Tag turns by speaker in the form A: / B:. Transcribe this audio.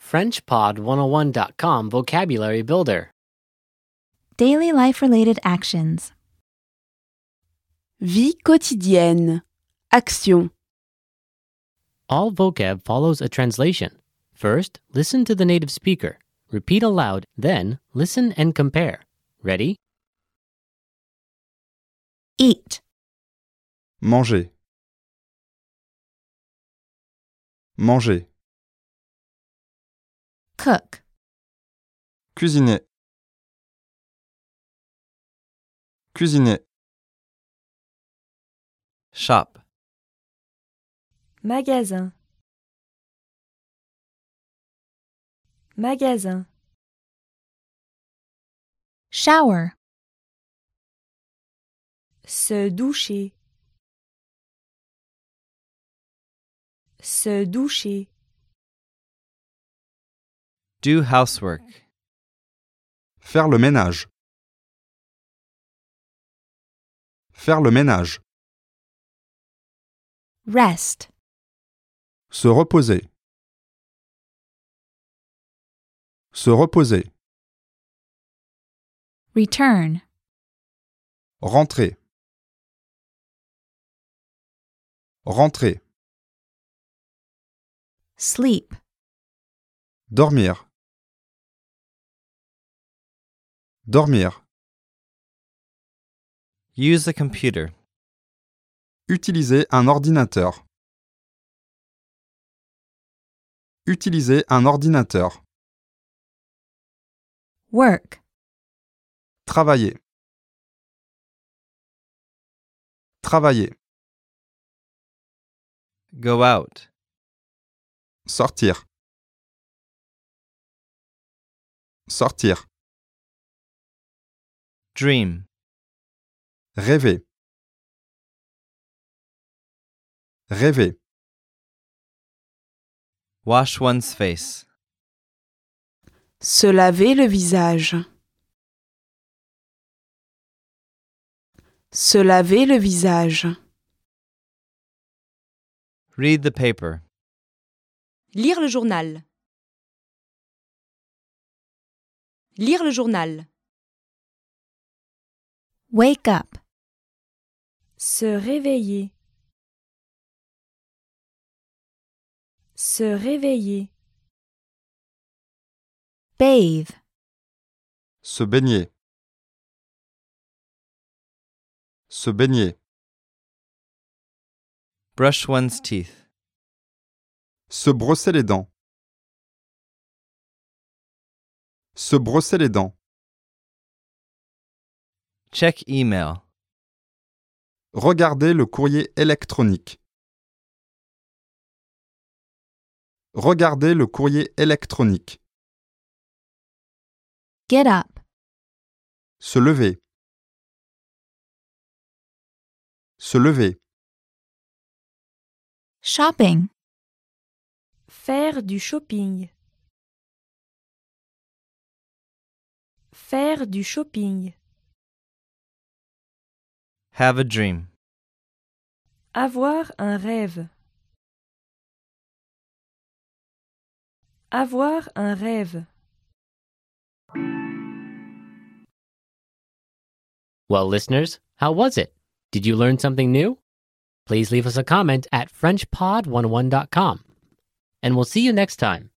A: FrenchPod101.com Vocabulary Builder.
B: Daily life related actions.
C: Vie quotidienne. Action.
A: All vocab follows a translation. First, listen to the native speaker. Repeat aloud, then, listen and compare. Ready?
B: Eat.
D: Manger. Manger.
B: Cook.
D: Cuisiner. Cuisiner.
E: shop,
F: Magasin. Magasin.
B: Shower.
F: Se doucher. Se doucher.
E: do housework,
D: Faire le ménage. Faire le ménage.
B: Rest.
D: Se reposer. Se reposer.
B: Return.
D: Rentrer. Rentrer.
B: Sleep.
D: Dormir. Dormir.
E: use a computer,
D: Utiliser un ordinateur. Utiliser un ordinateur.
B: Work.
D: Travailler. Travailler.
E: go out,
D: Sortir. Sortir.
E: dream,
D: Rêver. Rêver.
E: wash one's face,
C: Se laver le visage. Se laver le visage.
E: read the paper,
G: Lire le journal. Lire le journal.
B: Wake up.
F: Se réveiller. Se réveiller.
B: Bathe.
D: Se baigner. Se baigner.
E: brush one's teeth,
D: Se brosser les dents. Se brosser les dents.
E: check email,
D: Regarder le courrier électronique. Regarder le courrier électronique.
B: Get up.
D: Se lever. Se lever.
B: Shopping.
F: Faire du shopping. Faire du shopping.
E: have a dream,
F: Avoir un rêve. Avoir un rêve.
A: Well, listeners, how was it? Did you learn something new? oh Please leave us a comment at FrenchPod101.com. And we'll see you next time.